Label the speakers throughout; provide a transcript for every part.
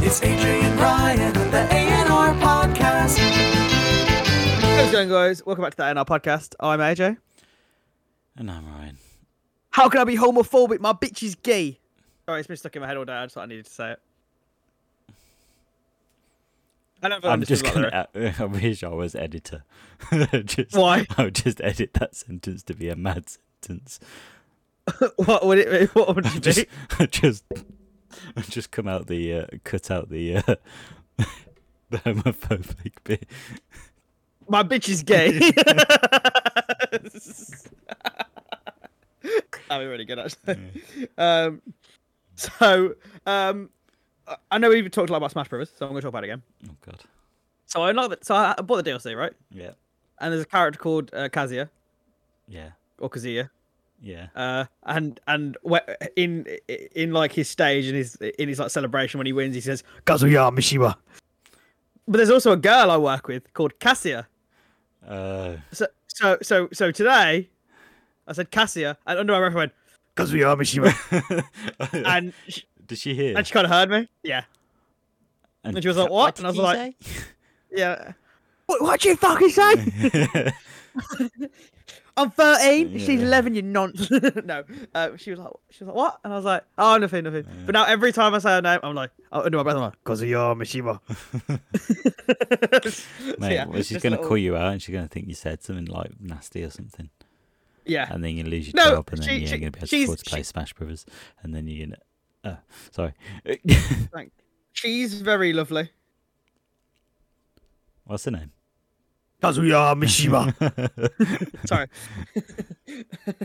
Speaker 1: It's AJ and Ryan with the A&R podcast.
Speaker 2: How's it going, guys? Welcome back to the NR podcast. I'm AJ.
Speaker 3: And I'm Ryan.
Speaker 2: How can I be homophobic? My bitch is gay. Sorry, it's been stuck in my head all day. I just thought I needed to say it. I don't feel
Speaker 3: I'm just
Speaker 2: like
Speaker 3: gonna. I wish I was editor. just,
Speaker 2: Why?
Speaker 3: I would just edit that sentence to be a mad sentence.
Speaker 2: What would it? What would you
Speaker 3: Just,
Speaker 2: do?
Speaker 3: just, just come out the uh, cut out the uh, the homophobic bit.
Speaker 2: My bitch is gay. That'd be really good, actually. Um, so, um, I- I know we've talked a lot about Smash Brothers, so I'm going to talk about it again.
Speaker 3: Oh God.
Speaker 2: So I love it. So I I bought the DLC, right?
Speaker 3: Yeah.
Speaker 2: And there's a character called uh, Kazuya
Speaker 3: Yeah.
Speaker 2: or Kazuya.
Speaker 3: Yeah.
Speaker 2: uh, and and wh- in in like his stage and his in his like celebration when he wins, he says Kazuya Mishiwa. But there's also a girl I work with called Cassia.
Speaker 3: Uh,
Speaker 2: So so so so today, I said Cassia, and under my breath I went Kazuya Mishiwa, and she,
Speaker 3: did she hear?
Speaker 2: and she kind of heard me. Yeah, and she was like, "What?" and I was like, "Yeah." What what you fucking say? I'm 13. She's
Speaker 3: Yeah.
Speaker 2: 11. You nonce. no, uh, she was like, she was like, what? And I was like, oh, nothing, nothing. But now every time I say her name, I'm like, oh, under my breath, I'm like, Kazuya Mishima. So,
Speaker 3: Mate,
Speaker 2: yeah, oh.
Speaker 3: well, she's
Speaker 2: just
Speaker 3: gonna
Speaker 2: little-
Speaker 3: call you out, and she's gonna think you said something like nasty or something.
Speaker 2: Yeah,
Speaker 3: and then you lose your
Speaker 2: No,
Speaker 3: job, and then
Speaker 2: she-
Speaker 3: you ain't
Speaker 2: she-
Speaker 3: gonna be able to
Speaker 2: she's-
Speaker 3: afford to play
Speaker 2: she-
Speaker 3: Smash Brothers, and then you're gonna. Uh, sorry,
Speaker 2: thank. She's very lovely.
Speaker 3: what's her name?
Speaker 2: Kazuya Mishima. Sorry.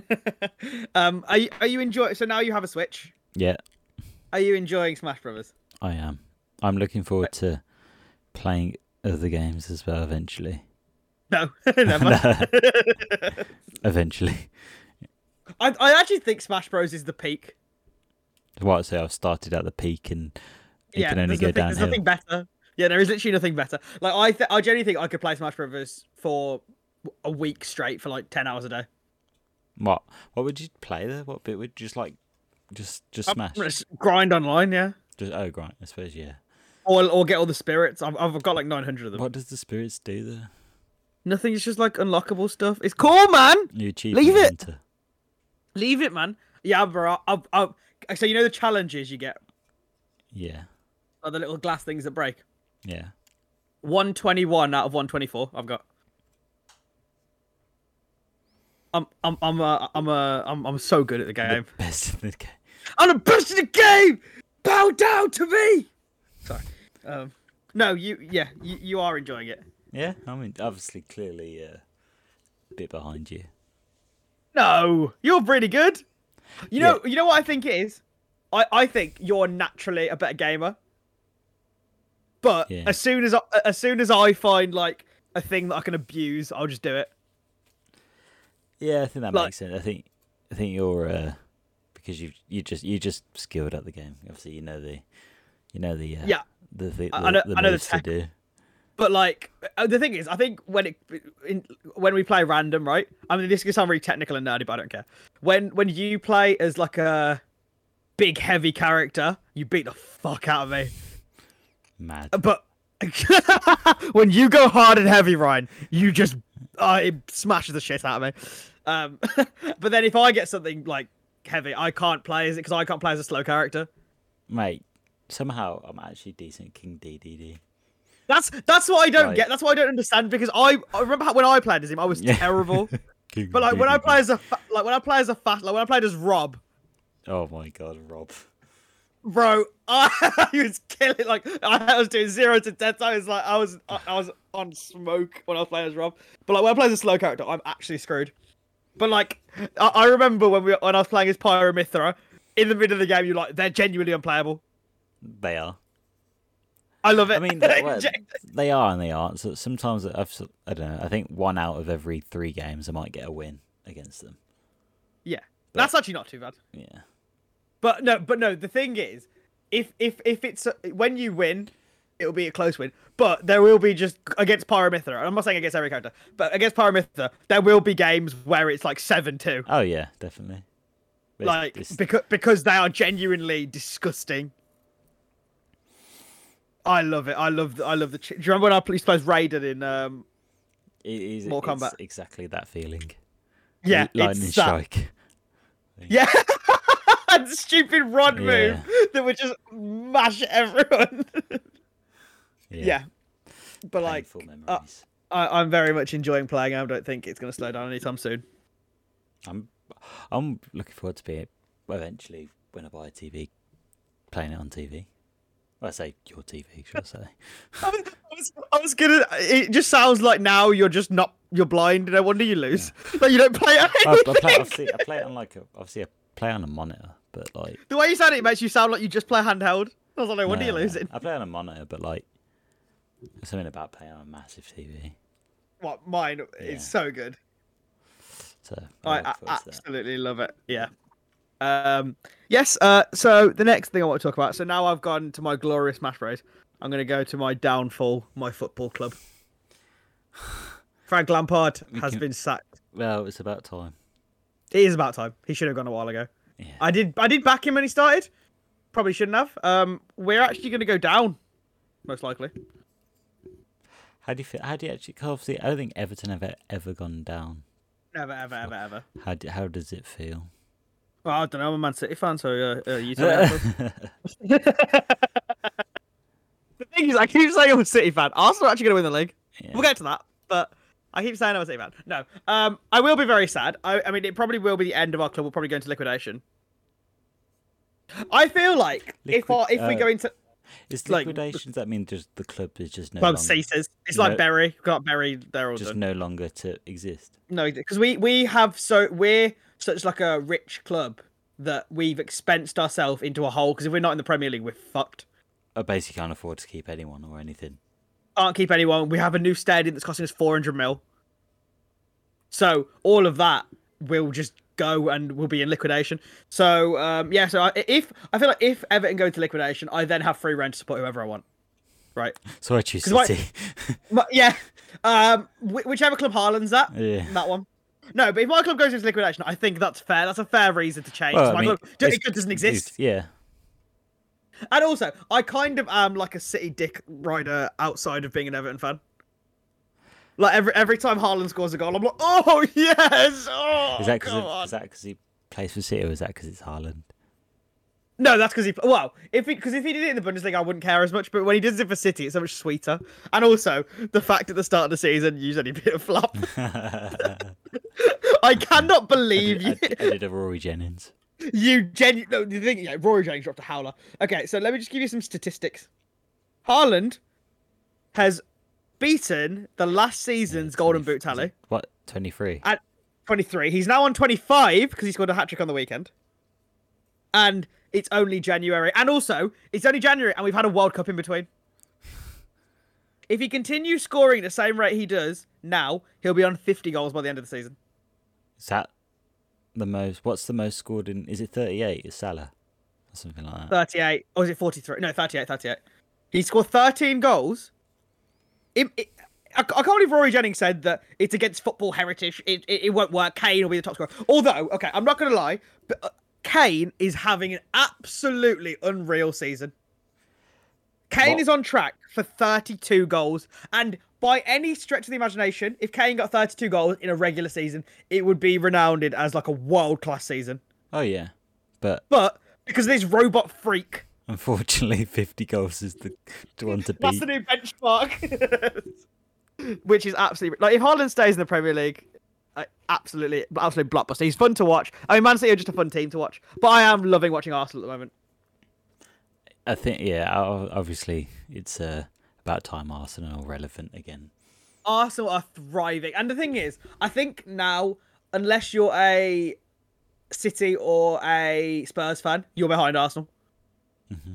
Speaker 2: um, are you, are you enjoying? So now you have a Switch.
Speaker 3: Yeah,
Speaker 2: Are you enjoying Smash Brothers?
Speaker 3: I am. I'm looking forward to playing other games as well eventually.
Speaker 2: No, never.
Speaker 3: Eventually,
Speaker 2: I, I actually think Smash Bros is the peak.
Speaker 3: what? So I've started at the peak, and it
Speaker 2: yeah,
Speaker 3: can only
Speaker 2: there's
Speaker 3: go
Speaker 2: nothing, There's
Speaker 3: downhill.
Speaker 2: nothing better. Yeah, there is literally nothing better. Like I, th- I generally think I could play Smash Brothers for a week straight for like ten hours a day.
Speaker 3: What? What would you play there? What bit would you just like? Just, just
Speaker 2: I'm
Speaker 3: Smash.
Speaker 2: gonna s- grind online, yeah,
Speaker 3: Just, oh, right. I suppose yeah.
Speaker 2: or or get all the spirits. I've, I've got like nine hundred of them.
Speaker 3: What does the spirits do there?
Speaker 2: Nothing. It's just like unlockable stuff. It's cool, man.
Speaker 3: You achievement
Speaker 2: Leave it!
Speaker 3: hunter.
Speaker 2: Leave it, man. Yeah, bro. I, I, I, so you know the challenges you get,
Speaker 3: Yeah,
Speaker 2: like the little glass things that break.
Speaker 3: yeah.
Speaker 2: One twenty-one out of one twenty-four. I've got. I'm I'm I'm uh, I'm uh, I'm I'm so good at the game.
Speaker 3: Best in the game.
Speaker 2: I'm the best in the game. Bow down to me. Sorry. Um, no, you. Yeah, you, you are enjoying it.
Speaker 3: Yeah, I mean, obviously, clearly, uh, a bit behind you.
Speaker 2: No, you're pretty good. You know. You know what I think it is. I I think you're naturally a better gamer. But
Speaker 3: Yeah.
Speaker 2: as soon as I, as soon as I find like a thing that I can abuse, I'll just do it.
Speaker 3: Yeah, I think that
Speaker 2: Like-
Speaker 3: makes sense. I think, I think you're uh, because you you just you just skilled at the game. Obviously, you know the, you know the uh,
Speaker 2: Yeah.
Speaker 3: the the, the,
Speaker 2: I- I know-
Speaker 3: the
Speaker 2: I know the
Speaker 3: moves
Speaker 2: tech.
Speaker 3: to do.
Speaker 2: But like uh, the thing is, I think when it in, when we play random, right? I mean, this can sound really technical and nerdy, but I don't care. When when you play as like a big heavy character, you beat the fuck out of me.
Speaker 3: Mad.
Speaker 2: But when you go hard and heavy, Ryan, you just uh, it smashes the shit out of me. Um, but then if I get something like heavy, I can't play as it because I can't play as a slow character.
Speaker 3: Mate, somehow I'm actually decent at King DDD.
Speaker 2: That's that's what I don't
Speaker 3: Right.
Speaker 2: get. That's what I don't understand because I, I remember how, when I played as him, I was
Speaker 3: Yeah.
Speaker 2: terrible.
Speaker 3: King
Speaker 2: But like when I play as a fa- like when I play as a fat like when I played as Rob,
Speaker 3: oh my god, Rob.
Speaker 2: bro, I was killing like I was doing zero to ten. I was like I was I, I was on smoke when I was playing as Rob. But like when I play as a slow character, I'm actually screwed. But like I, I remember when we when I was playing as Pyromithra, in the middle of the game, you're like they're genuinely unplayable.
Speaker 3: They are.
Speaker 2: I love it.
Speaker 3: I mean, they, well,
Speaker 2: Gen-
Speaker 3: they are and they aren't. So sometimes I've, s- I don't know. I think one out of every three games I might get a win against them.
Speaker 2: yeah, that's actually not too bad.
Speaker 3: Yeah.
Speaker 2: But no, but no. The thing is, if if if it's uh, when you win, it'll be a close win. But there will be just against Pyramithra. and I'm not saying against every character, but against Pyramithra, there will be games where it's like seven two,
Speaker 3: Oh yeah, definitely. But it's-
Speaker 2: like
Speaker 3: it's-
Speaker 2: because because they are genuinely disgusting. I love it. I love. The, I love the. Ch- Do you remember when I used to play as Raiden in? Um,
Speaker 3: It is
Speaker 2: Mortal
Speaker 3: it's
Speaker 2: Kombat.
Speaker 3: exactly that feeling.
Speaker 2: yeah,
Speaker 3: L- lightning
Speaker 2: it's that.
Speaker 3: strike.
Speaker 2: Yeah, that stupid rod move that would just mash everyone. yeah. but like,
Speaker 3: Painful memories.
Speaker 2: uh, I, I'm very much enjoying playing. I don't think it's going to slow down anytime soon.
Speaker 3: I'm I'm looking forward to being eventually when I buy a TV, playing it on TV. Well, I say your TV, should I say?
Speaker 2: I was, I was, I was gonna. It just sounds like now you're just not. You're blind. No wonder you lose. Like you don't play.
Speaker 3: I, I, play,
Speaker 2: anything.
Speaker 3: obviously, I play it on like a, obviously I play it on a monitor, but like
Speaker 2: The way you sound, it makes you sound like you just play handheld. I was like, no wonder
Speaker 3: no,
Speaker 2: you're
Speaker 3: no,
Speaker 2: losing.
Speaker 3: I play on a monitor, but like there's something about playing on a massive TV.
Speaker 2: What mine
Speaker 3: Yeah.
Speaker 2: is so good.
Speaker 3: So
Speaker 2: I,
Speaker 3: look
Speaker 2: I
Speaker 3: forward to that.
Speaker 2: absolutely love it. Yeah. Um. Yes. Uh. So the next thing I want to talk about. So now I've gone to my glorious Smash Bros. I'm going to go to my downfall, my football club. Frank Lampard has
Speaker 3: can-
Speaker 2: been sacked.
Speaker 3: Well, it's about time.
Speaker 2: It is about time. He should have gone a while ago.
Speaker 3: Yeah.
Speaker 2: I did. I did back him when he started. Probably shouldn't have. Um. We're actually going to go down, most likely.
Speaker 3: How do you feel? How do you actually? 'cause obviously, I don't think Everton have e- ever gone down.
Speaker 2: Never, ever, ever, ever.
Speaker 3: How do, how does it feel?
Speaker 2: Well, I don't know. I'm a Man City fan, so uh, uh, you tell me. how it feels. the thing is, I keep saying I'm a City fan. Arsenal are actually going to win the league.
Speaker 3: Yeah.
Speaker 2: We'll get to that, but I keep saying I'm a City fan. No, um, I will be very sad. I, I mean, it probably will be the end of our club. We'll probably go into liquidation. I feel like if our,
Speaker 3: Liquid-
Speaker 2: if we
Speaker 3: uh,
Speaker 2: go into
Speaker 3: Is
Speaker 2: like-
Speaker 3: liquidation? Does that mean just the club is just no
Speaker 2: club
Speaker 3: longer,
Speaker 2: ceases, it's
Speaker 3: no.
Speaker 2: like Berry got Berry. They're all
Speaker 3: just
Speaker 2: done.
Speaker 3: no longer to exist?
Speaker 2: No, because we we have so we're such like a rich club that we've expensed ourselves into a hole. Because if we're not in the Premier League, we're fucked.
Speaker 3: I basically can't afford to keep anyone or anything.
Speaker 2: can't keep anyone. We have a new stadium that's costing us 400 mil. So all of that will just go and we'll be in liquidation. So um, yeah, so I, if I feel like if Everton go into liquidation, I then have free reign to support whoever I want. Right?
Speaker 3: So I choose
Speaker 2: 'Cause why-
Speaker 3: City.
Speaker 2: But, yeah. Um, wh- whichever club Haaland's at,
Speaker 3: Yeah.
Speaker 2: that one. No, but if my club goes into liquidation, I think that's fair. That's a fair reason to change.
Speaker 3: Well,
Speaker 2: my
Speaker 3: I mean,
Speaker 2: club, it
Speaker 3: it's-
Speaker 2: doesn't
Speaker 3: it's-
Speaker 2: exist.
Speaker 3: Yeah,
Speaker 2: And also, I kind of am like a City dick rider outside of being an Everton fan. Like every every time Haaland scores a goal, I'm like, oh yes, oh
Speaker 3: is that
Speaker 2: come on.
Speaker 3: because he plays for City or is that because it's Haaland?
Speaker 2: No, that's because he. Well, if because if he did it in the Bundesliga, I wouldn't care as much. But when he does it for City, it's so much sweeter. And also, the fact at the start of the season, you said he bit a flop. I cannot believe
Speaker 3: I,
Speaker 2: you.
Speaker 3: did- I did a Rory Jennings.
Speaker 2: You genu- no, the thing, yeah, Rory Jennings dropped a howler. Okay, so let me just give you some statistics. Haaland has beaten the last season's Golden
Speaker 3: 20
Speaker 2: Boot tally
Speaker 3: What? Twenty three.
Speaker 2: at 23. He's now on 25 because he scored a hat trick on the weekend. And it's only January. And also, it's only January, and we've had a World Cup in between. If he continues scoring at the same rate he does now, he'll be on 50 goals by the end of the season.
Speaker 3: Is that the most? What's the most scored in? Is it 38? Is Salah or something like
Speaker 2: Uh,
Speaker 3: that?
Speaker 2: 38 or is it 43 no 38 38 he scored 13 goals Im- it- I, I can't believe rory jennings said that it's against football heritage it, it, it won't work kane will be the top scorer although okay i'm not gonna lie but uh, kane is having an absolutely unreal season kane
Speaker 3: What?
Speaker 2: is on track for 32 goals and by any stretch of the imagination if kane got 32 goals in a regular season it would be renowned as like a world-class season
Speaker 3: Oh yeah, but
Speaker 2: but because of this robot freak
Speaker 3: unfortunately, 50 goals is the the one to
Speaker 2: That's
Speaker 3: beat.
Speaker 2: the new benchmark. Which is absolutely like if Haaland stays in the Premier League, uh, absolutely, absolutely blockbuster. He's fun to watch. I mean, Man City are just a fun team to watch, but I am loving watching Arsenal at the moment.
Speaker 3: I think yeah. o- Obviously, it's uh, about time Arsenal are relevant again.
Speaker 2: Arsenal are thriving, and the thing is, I think now, unless you're a City or a Spurs fan, you're behind Arsenal.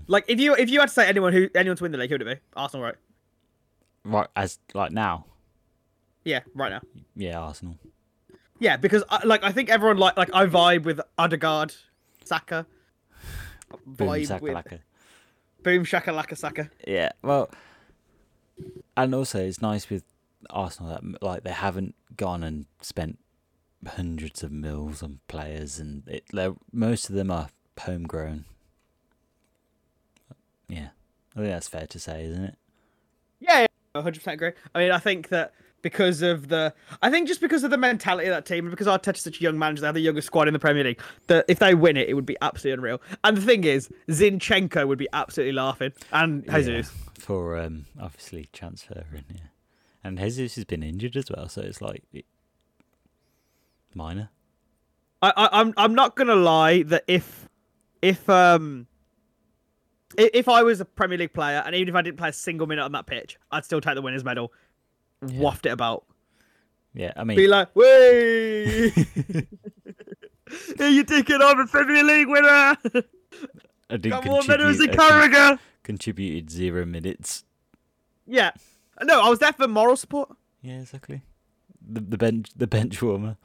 Speaker 2: Like if you if you had to say anyone who anyone to win the league, who would it be? Arsenal, right?
Speaker 3: Right as like now,
Speaker 2: Yeah, right now.
Speaker 3: yeah, Arsenal.
Speaker 2: Yeah, because I, like I think everyone like like I vibe with Odegaard, Saka,
Speaker 3: Boom,
Speaker 2: vibe with
Speaker 3: Sakalaka.
Speaker 2: Boom Shakalaka Saka.
Speaker 3: Yeah, well, and also it's nice with Arsenal that like they haven't gone and spent hundreds of mils on players, and it, they're- most of them are homegrown. Yeah, I think that's fair to say, isn't it?
Speaker 2: Yeah, yeah, 100% agree. I mean, I think that because of the, I think just because of the mentality of that team, and because Arteta's such a young manager, they have the youngest squad in the Premier League, that if they win it, it would be absolutely unreal. And the thing is, Zinchenko would be absolutely laughing, and Jesus.
Speaker 3: Yeah, for um, obviously transferring. Yeah, and Jesus has been injured as well, so it's like it- minor.
Speaker 2: I, I, I'm, I'm not gonna lie that if, if um, i- if I was a Premier League player, and even if I didn't play a single minute on that pitch, I'd still take the winners' medal, waft it about,
Speaker 3: Yeah, I mean,
Speaker 2: be like, "Way, here you take it on the Premier League winner."
Speaker 3: I did
Speaker 2: Got more medals than
Speaker 3: contribute- I con-
Speaker 2: Carragher.
Speaker 3: contributed zero minutes.
Speaker 2: Yeah. No, I was there for moral support.
Speaker 3: Yeah, exactly. The, the bench, the bench warmer.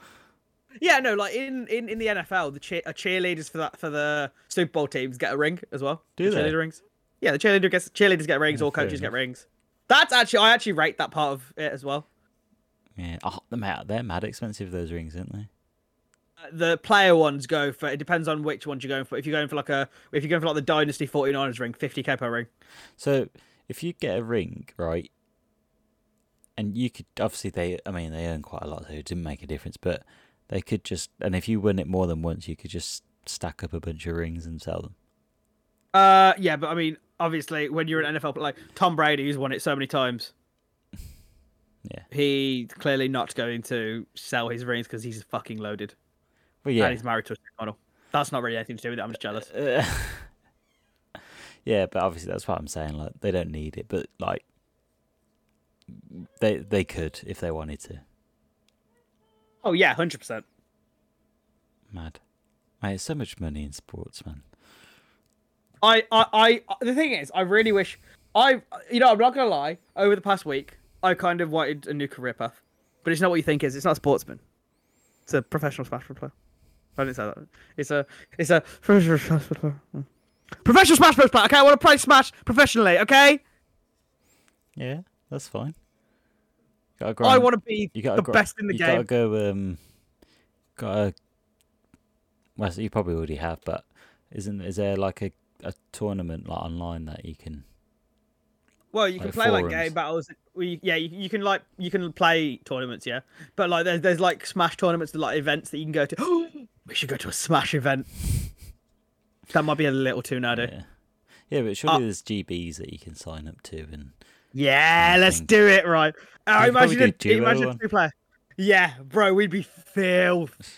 Speaker 2: Yeah, no, like in in, in the NFL, the cheer, uh, cheerleaders for that for the Super Bowl teams get a ring as well.
Speaker 3: Do
Speaker 2: the
Speaker 3: they?
Speaker 2: Cheerleader rings. Yeah, the cheerleader gets cheerleaders get rings. all
Speaker 3: fair
Speaker 2: coaches
Speaker 3: enough.
Speaker 2: get rings. That's actually I actually rate that part of it as well.
Speaker 3: Yeah, oh, they're mad, they're mad expensive. Those rings, aren't they?
Speaker 2: Uh, The player ones go for it depends on which ones you're going for. If you're going for like a if you're going for like the Dynasty 49ers ring, 50k per ring.
Speaker 3: So if you get a ring, right, and you could obviously they, I mean, they earn quite a lot, so it didn't make a difference. But they could just, and if you win it more than once, you could just stack up a bunch of rings and sell them.
Speaker 2: Uh, yeah, but I mean, obviously, when you're an NFL player, like Tom Brady, who's won it so many times,
Speaker 3: Yeah.
Speaker 2: he clearly not going to sell his rings because he's fucking loaded
Speaker 3: But yeah, Uh,
Speaker 2: and he's married to a sex model. That's not really anything to do with it. I'm just jealous.
Speaker 3: yeah, but obviously that's what I'm saying. Like they don't need it, but like they they could if they wanted to.
Speaker 2: Oh yeah, hundred percent.
Speaker 3: Mad, mate. It's so much money in sports, man.
Speaker 2: I, I, I, the thing is, I really wish I, you know, I'm not gonna lie. Over the past week, I kind of wanted a new career path, but it's not what you think it is. It's not a sportsman. It's a professional Smash Bros. player. I didn't say that. It's a, it's a professional Smash Bros. player. Mm. Professional Smash Bros. player. Okay, I want to play Smash professionally. Okay,
Speaker 3: Yeah, that's fine. Gotta
Speaker 2: I
Speaker 3: grind-
Speaker 2: want to be the
Speaker 3: gr-
Speaker 2: best in the
Speaker 3: you
Speaker 2: game.
Speaker 3: gotta go. Um, gotta. Well, you probably already have, but isn't is there like a, a tournament like online that you can?
Speaker 2: Well, you can
Speaker 3: like
Speaker 2: play like
Speaker 3: forums.
Speaker 2: game battles. Well, you- yeah, you, you can like you can play tournaments, yeah. But like there's there's like Smash tournaments, like events that you can go to. we should go to a Smash event. That might be a little too nerdy.
Speaker 3: Yeah, yeah, but
Speaker 2: Uh,
Speaker 3: surely there's GBs that you can sign up to, and
Speaker 2: Yeah, let's
Speaker 3: Something.
Speaker 2: do it, right? Oh,
Speaker 3: could probably
Speaker 2: imagine a,
Speaker 3: do duo
Speaker 2: imagine a
Speaker 3: one.
Speaker 2: two player. Yeah, bro, we'd be filth.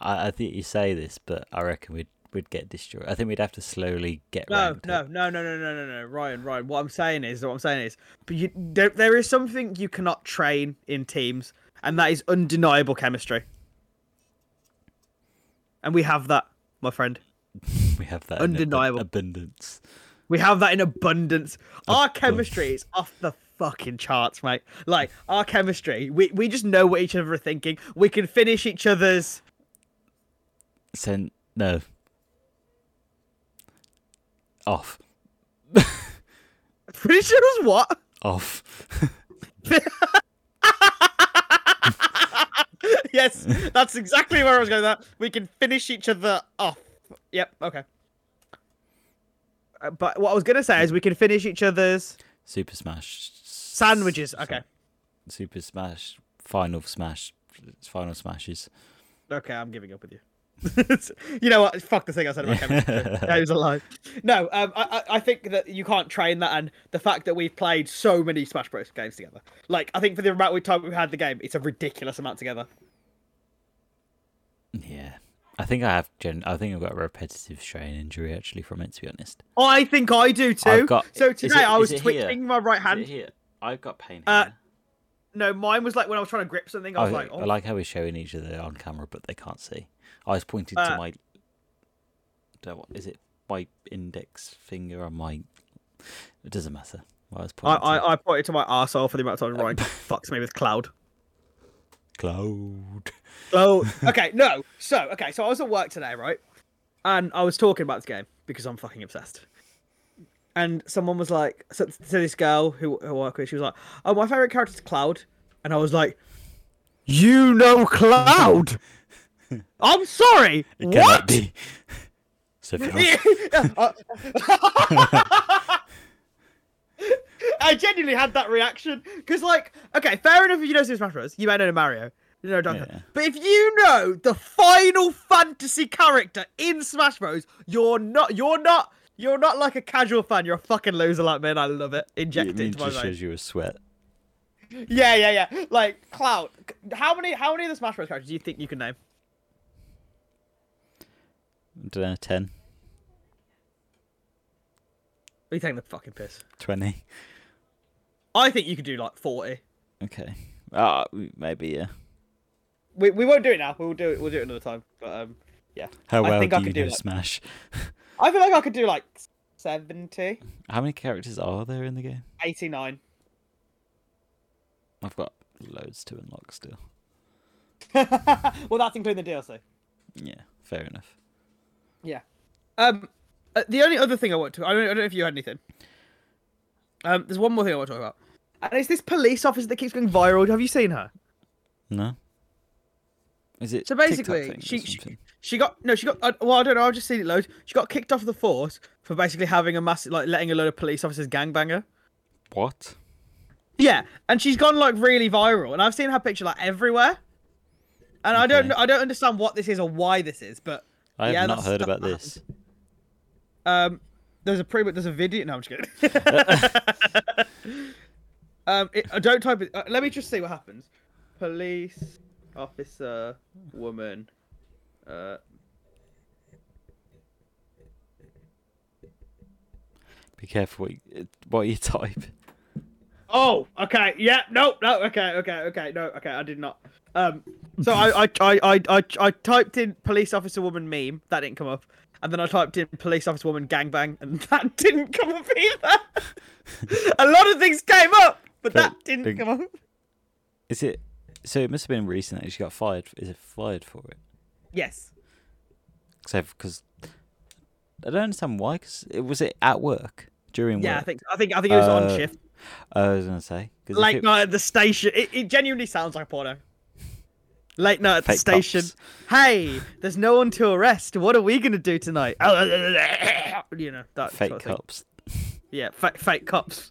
Speaker 3: I, I think you say this, but I reckon we'd we'd get destroyed. I think we'd have to slowly get.
Speaker 2: No,
Speaker 3: ranked
Speaker 2: no,
Speaker 3: up.
Speaker 2: no, no, no, no, no, no, Ryan, Ryan. What I'm saying is, what I'm saying is, but you, there, there is something you cannot train in teams, and that is undeniable chemistry. And we have that, my friend.
Speaker 3: We have that in abun-
Speaker 2: Undeniable.
Speaker 3: abundance.
Speaker 2: We have that in abundance. Our chemistry is off the fucking charts, mate. Like our chemistry, we we just know what each other are thinking. We can finish each other's.
Speaker 3: Sent no. Off,
Speaker 2: Finish each other's what?
Speaker 3: off.
Speaker 2: yes, that's exactly where I was going. with That we can finish each other off. Yep. Okay. Uh, But what I was gonna say is we can finish each other's
Speaker 3: Super Smash
Speaker 2: sandwiches. Okay.
Speaker 3: Super Smash, Final Smash, Final Smashes.
Speaker 2: Okay, I'm giving up with you. you know what? Fuck the thing I said about chemistry. That was a lie. No, um, I, I I think that you can't train that, and the fact that we've played so many Smash Bros. games together. Like, I think for the amount of time we've had the game, it's a ridiculous amount together.
Speaker 3: Yeah, I think I have. Gen- I think I've got a repetitive strain injury actually from it. To be honest,
Speaker 2: I think I do too.
Speaker 3: I've got-
Speaker 2: so
Speaker 3: is it-
Speaker 2: today I
Speaker 3: is
Speaker 2: was
Speaker 3: it here?
Speaker 2: twitching my right hand.
Speaker 3: here? I've got pain.
Speaker 2: Uh, No, mine was like when I was trying to grip something. I
Speaker 3: I,
Speaker 2: was like, oh,
Speaker 3: I like how we're showing each other on camera, but they can't see. I was pointing
Speaker 2: Uh,
Speaker 3: to my. Don't what is it? My index finger on my. It doesn't matter. What I was
Speaker 2: I,
Speaker 3: pointing. to.
Speaker 2: I, I pointed to my arsehole for the amount of time Ryan fucks me with cloud.
Speaker 3: Cloud.
Speaker 2: Oh, okay, no. So, okay, so I was at work today, right? And I was talking about this game because I'm fucking obsessed. And someone was like, so, so this girl who, who I work with, she was like, oh, my favorite character's Cloud. And I was like, you know Cloud? I'm sorry.
Speaker 3: Cannot
Speaker 2: What?
Speaker 3: be. so if you're-
Speaker 2: I I genuinely had that reaction because, like, okay, fair enough if you know Super Smash Bros. You may know Mario, you know Donkey. Kong.
Speaker 3: Yeah.
Speaker 2: But if you know the Final Fantasy character in Smash Bros, you're not, you're not, you're not like a casual fan. You're a fucking loser like me, and I love it. Inject
Speaker 3: it
Speaker 2: it into my
Speaker 3: just
Speaker 2: veins.
Speaker 3: shows you a sweat.
Speaker 2: Yeah, yeah, yeah. Like Cloud, c- how many how many of the Smash Bros characters do you think you can name?
Speaker 3: I don't know, 10,
Speaker 2: Are you taking the fucking piss?
Speaker 3: 20.
Speaker 2: I think you could do like forty.
Speaker 3: Okay. Ah, maybe yeah.
Speaker 2: We, we won't do it now. We'll do it. We'll do it another time. But um, yeah.
Speaker 3: How well
Speaker 2: I think
Speaker 3: do
Speaker 2: I
Speaker 3: you
Speaker 2: could
Speaker 3: know
Speaker 2: do. Like,
Speaker 3: Smash?
Speaker 2: I feel like I could do like 70,
Speaker 3: How many characters are there in the game?
Speaker 2: 89.
Speaker 3: I've got loads to unlock still.
Speaker 2: Well, that's including the DLC.
Speaker 3: Yeah, fair enough.
Speaker 2: Yeah. Um, uh, the only other thing I want to I don't, I don't know if you had anything. Um, there's one more thing I want to talk about, and it's this police officer that keeps going viral. Have you seen her?
Speaker 3: No. Is it
Speaker 2: So
Speaker 3: TikTok
Speaker 2: basically,
Speaker 3: thing or
Speaker 2: she, she
Speaker 3: something?
Speaker 2: she got no, she got. uh, Well, I don't know. I've just seen it loads. She got kicked off the force for basically having a massive, like, letting a load of police officers gangbang her.
Speaker 3: what?
Speaker 2: Yeah, and she's gone like really viral, and I've seen her picture like everywhere. And I don't,
Speaker 3: Okay.
Speaker 2: know- I don't understand what this is or why this is, but
Speaker 3: I have
Speaker 2: yeah,
Speaker 3: not
Speaker 2: that's
Speaker 3: heard
Speaker 2: stuff
Speaker 3: about
Speaker 2: that
Speaker 3: this.
Speaker 2: Um, there's a pre, there's a video. No, I'm just kidding. um, it, uh, don't type it. Uh, let me just see what happens. Police officer woman. Uh,
Speaker 3: Be careful what you, what you type.
Speaker 2: oh, okay. Yeah. No. No. Okay. Okay. Okay. No. Okay. I did not. Um. So I I I I I, I typed in police officer woman meme. That didn't come up. And then I typed in police officer woman gangbang, and that didn't come up either. a lot of things came up, but
Speaker 3: But
Speaker 2: that didn't
Speaker 3: big-
Speaker 2: come up.
Speaker 3: Is it? So it must have been recent that she got fired. Is it fired for it?
Speaker 2: Yes.
Speaker 3: Except because I don't understand why. Because it was it at work during
Speaker 2: Yeah, I
Speaker 3: work.
Speaker 2: think I think I think it was
Speaker 3: Uh,
Speaker 2: on shift,
Speaker 3: I was gonna say 'cause if
Speaker 2: late
Speaker 3: it-
Speaker 2: night at the station. It, it genuinely sounds like porno. Late night at the
Speaker 3: Fake
Speaker 2: station.
Speaker 3: cops.
Speaker 2: Hey, there's no one to arrest. What are we gonna do tonight? you know that
Speaker 3: fake
Speaker 2: sort of thing.
Speaker 3: cops.
Speaker 2: Yeah, fa- fake cops.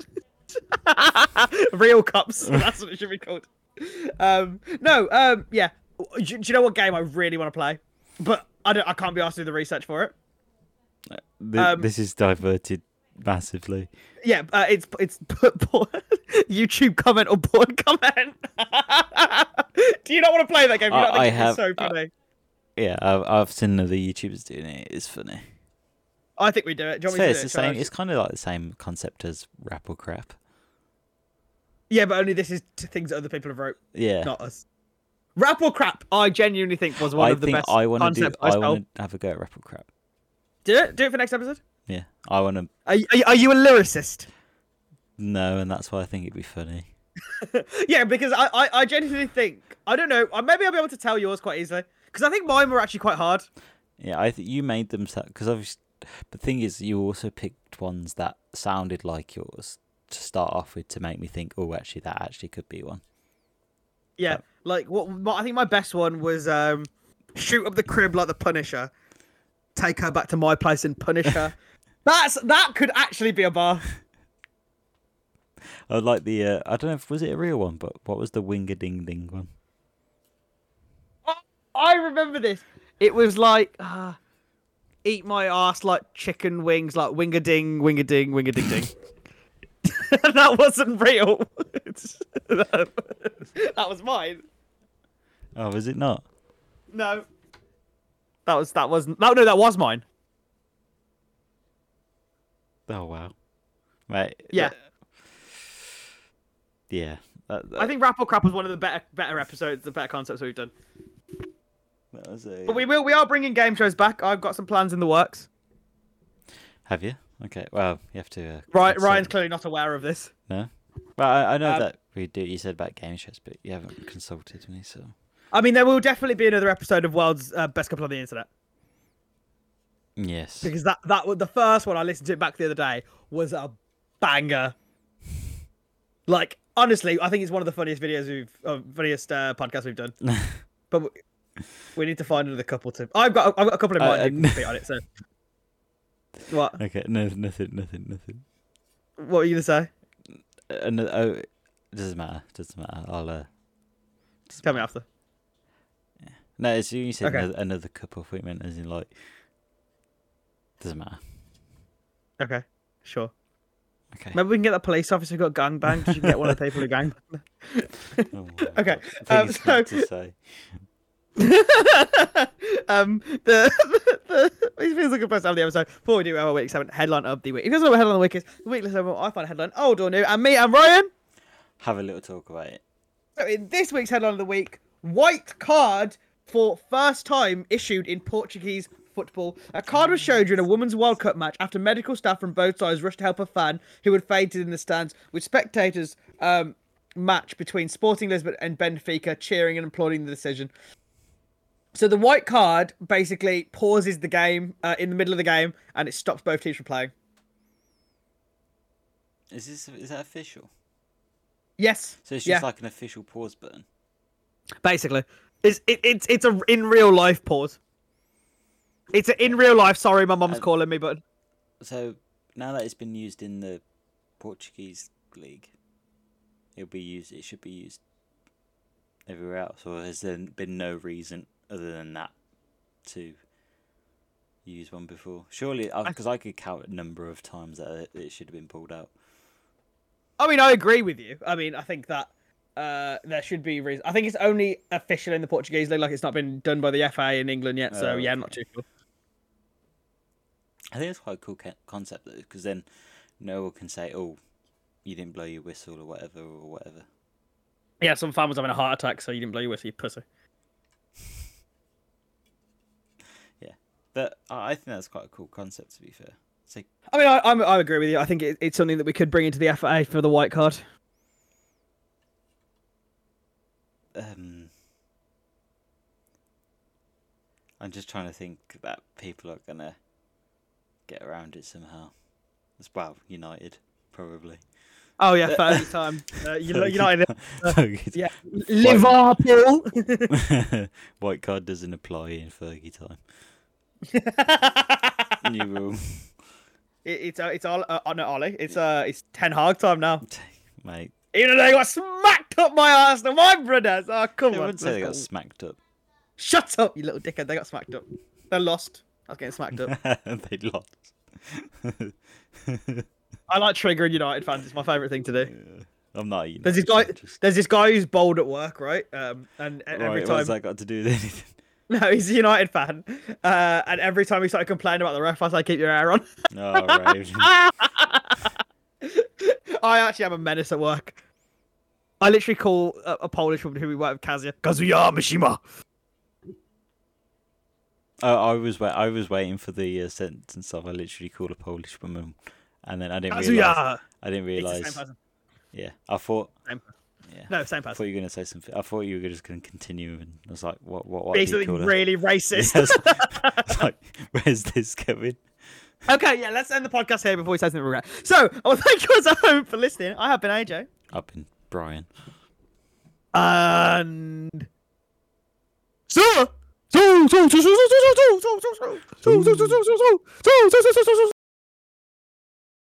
Speaker 2: Real cops. That's what it should be called. Um, no. Um, yeah. Do, do you know what game I really want to play? But I don't. I can't be asked to do the research for it.
Speaker 3: Th-
Speaker 2: Um,
Speaker 3: this is diverted massively.
Speaker 2: Yeah, uh, it's it's p- porn. YouTube comment or porn comment. Do you not want to play that game? Do You
Speaker 3: I-
Speaker 2: not think
Speaker 3: I
Speaker 2: it's
Speaker 3: have-
Speaker 2: so
Speaker 3: uh,
Speaker 2: funny.
Speaker 3: Yeah, I've, I've seen other YouTubers doing it. It's funny.
Speaker 2: I think we do it. Do you
Speaker 3: It's
Speaker 2: want me to
Speaker 3: fair,
Speaker 2: do
Speaker 3: it's
Speaker 2: it?
Speaker 3: the
Speaker 2: Shall I-
Speaker 3: same. It's kind of like the same concept as rap or crap.
Speaker 2: Yeah, but only this is t- things that other people have wrote,
Speaker 3: Yeah,
Speaker 2: not us. Rap or crap? I genuinely think was one
Speaker 3: I
Speaker 2: of the
Speaker 3: think
Speaker 2: best
Speaker 3: I want to do.
Speaker 2: concepts I
Speaker 3: I
Speaker 2: stole.
Speaker 3: want to have a go at rap or crap.
Speaker 2: Do it. Do it for next episode.
Speaker 3: Yeah, I want to
Speaker 2: Are you, are you- are you a lyricist?
Speaker 3: know, and that's why I think it'd be funny.
Speaker 2: Yeah, because I, I, I genuinely think I don't know. uh, Maybe I'll be able to tell yours quite easily because I think mine were actually quite hard.
Speaker 3: Yeah, I think you made them because obviously, the thing is, you also picked ones that sounded like yours to start off with to make me think, oh, actually, that actually could be one.
Speaker 2: Yeah, like what my, I think my best one was um, shoot up the crib like the Punisher, take her back to my place and punish her. That's that could actually be a bar.
Speaker 3: I like the. Uh, I don't know if was it a real one, but what was the winger ding ding one?
Speaker 2: I- I remember this. It was like uh, eat my ass like chicken wings, like wing a ding, wing a ding, wing a ding ding. that wasn't real. It's- that that was mine.
Speaker 3: Oh, was it not?
Speaker 2: No. That was that wasn't. No, no, that was mine.
Speaker 3: Oh wow, right?
Speaker 2: Yeah.
Speaker 3: yeah. That, that,
Speaker 2: I think Rap or Crap was one of the better better episodes, the better concepts we've done.
Speaker 3: that was a.
Speaker 2: But we will. We are bringing game shows back. I've got some plans in the works.
Speaker 3: Have you? Okay. Well, you have to. Uh,
Speaker 2: Right,
Speaker 3: consult-
Speaker 2: Ryan's clearly not aware of this.
Speaker 3: No. Well, I, I know
Speaker 2: Um,
Speaker 3: that we do. You said about game shows, but you haven't consulted me, so.
Speaker 2: I mean, there will definitely be another episode of World's uh, Best Couple on the Internet
Speaker 3: Yes.
Speaker 2: because that that was- the first one I listened to back the other day was a banger. Like honestly, I think it's one of the funniest videos we've, uh, funniest uh, podcasts we've done. but we, we need to find another couple to. I've got I've got a couple in
Speaker 3: Uh,
Speaker 2: mind who
Speaker 3: uh,
Speaker 2: can compete on it. So what
Speaker 3: Okay. No. Nothing. Nothing. Nothing.
Speaker 2: what were you gonna say?
Speaker 3: another. Oh, it doesn't matter. Doesn't matter. I'll. Uh,
Speaker 2: Just tell me after.
Speaker 3: no, it's you said
Speaker 2: Okay.
Speaker 3: another, another cup of wheat mint, as in like. Doesn't matter.
Speaker 2: Okay, sure.
Speaker 3: Okay.
Speaker 2: Maybe we can get that police officer who got gangbanged. You can get one of the people who gangbanged.
Speaker 3: Oh,
Speaker 2: Okay,
Speaker 3: things
Speaker 2: um,
Speaker 3: not
Speaker 2: so-
Speaker 3: to say.
Speaker 2: um, the, the, the it feels like a person of the episode. Before we do our week seven headline of the week. If you guys know what headline of the week is, the weekly segment where I find a headline old or new, and me and Ryan.
Speaker 3: Have a little talk about it.
Speaker 2: So in this week's headline of the week, white card for first time issued in Portuguese football. A card was shown during a women's World Cup match after medical staff from both sides rushed to help a fan who had fainted in the stands, with spectators um, match between Sporting Lisbon and Benfica cheering and applauding the decision. So the white card basically pauses the game uh, in the middle of the game and it stops both teams from playing.
Speaker 3: Is this is that official?
Speaker 2: Yes.
Speaker 3: So it's
Speaker 2: Yeah.
Speaker 3: just like an official pause button.
Speaker 2: basically. It's it, it's it's a in real life pause. It's a in real life. Sorry, my mum's
Speaker 3: Um,
Speaker 2: calling me, but
Speaker 3: So now that it's been used in the Portuguese league, it'll be used. It should be used everywhere else. Or has there been no reason other than that to use one before? Surely, because I, could count a number of times that it, it should have been pulled out.
Speaker 2: I mean, I agree with you. I mean, I think that uh, there should be reason. I think it's only official in the Portuguese league. Like it's not been done by the FA in England yet. So
Speaker 3: Oh,
Speaker 2: yeah, I'm
Speaker 3: okay.
Speaker 2: not too sure.
Speaker 3: I think it's quite a cool ca- concept though, because then no one can say, "Oh, you didn't blow your whistle" or whatever or whatever.
Speaker 2: Yeah, some fan was having a heart attack, so you didn't blow your whistle, you pussy.
Speaker 3: But I I think that's quite a cool concept. To be fair, it's like
Speaker 2: I mean, I, I'm, I agree with you. I think it, it's something that we could bring into the FA for the white card.
Speaker 3: um, I'm just trying to think that people are gonna get around it somehow. As well, United probably.
Speaker 2: Oh yeah, first time. Uh, Uni- United.
Speaker 3: Fergie-
Speaker 2: Yeah, Liverpool.
Speaker 3: White card doesn't apply in Fergie time. New rule,
Speaker 2: It, it's uh, it's all uh, oh, no Ollie. It's uh it's Ten Hag time now.
Speaker 3: mate.
Speaker 2: Even though they got smacked up by Arsenal, my brothers. Oh come
Speaker 3: I
Speaker 2: on.
Speaker 3: wouldn't say
Speaker 2: let's
Speaker 3: they
Speaker 2: go.
Speaker 3: got smacked up.
Speaker 2: Shut up, you little dickhead. They got smacked up. They lost. I was getting smacked up.
Speaker 3: they lost.
Speaker 2: I like triggering United fans. It's my favourite thing to do.
Speaker 3: I'm not. a United
Speaker 2: There's this guy.
Speaker 3: fan, just-
Speaker 2: There's this guy who's bold at work, right? Um, and e- every
Speaker 3: Right,
Speaker 2: time
Speaker 3: what's that got to do with anything?
Speaker 2: no, he's a United fan. Uh, and every time he started complaining about the ref, I was like, "Keep your hair on."
Speaker 3: Oh, right.
Speaker 2: I actually am a menace at work. I literally call a, a Polish woman who we work with Kazuya Kazuya Mishima.
Speaker 3: Oh, I was wait- I was waiting for the uh, sentence of I literally called a Polish woman, and then I didn't realize.
Speaker 2: Kazuya.
Speaker 3: I didn't
Speaker 2: It's the
Speaker 3: realize.
Speaker 2: same person.
Speaker 3: Yeah, I thought.
Speaker 2: Same person.
Speaker 3: Yeah.
Speaker 2: No, same
Speaker 3: I thought
Speaker 2: person.
Speaker 3: you were gonna say something. I thought you were just gonna continue, and I was like, "What? What? What?" do you
Speaker 2: Be something
Speaker 3: call her?
Speaker 2: really
Speaker 3: Yeah,
Speaker 2: racist.
Speaker 3: I was like- I was like, where's this going?
Speaker 2: okay, yeah, let's end the podcast here before we say something regret. So, I want to thank you guys at home for listening. I have been AJ.
Speaker 3: Up in Brian.
Speaker 2: And. Sir! So, so, so, so, so, so, so, so, so, so, so, so, so, so, so, so, so, so, so, so, so,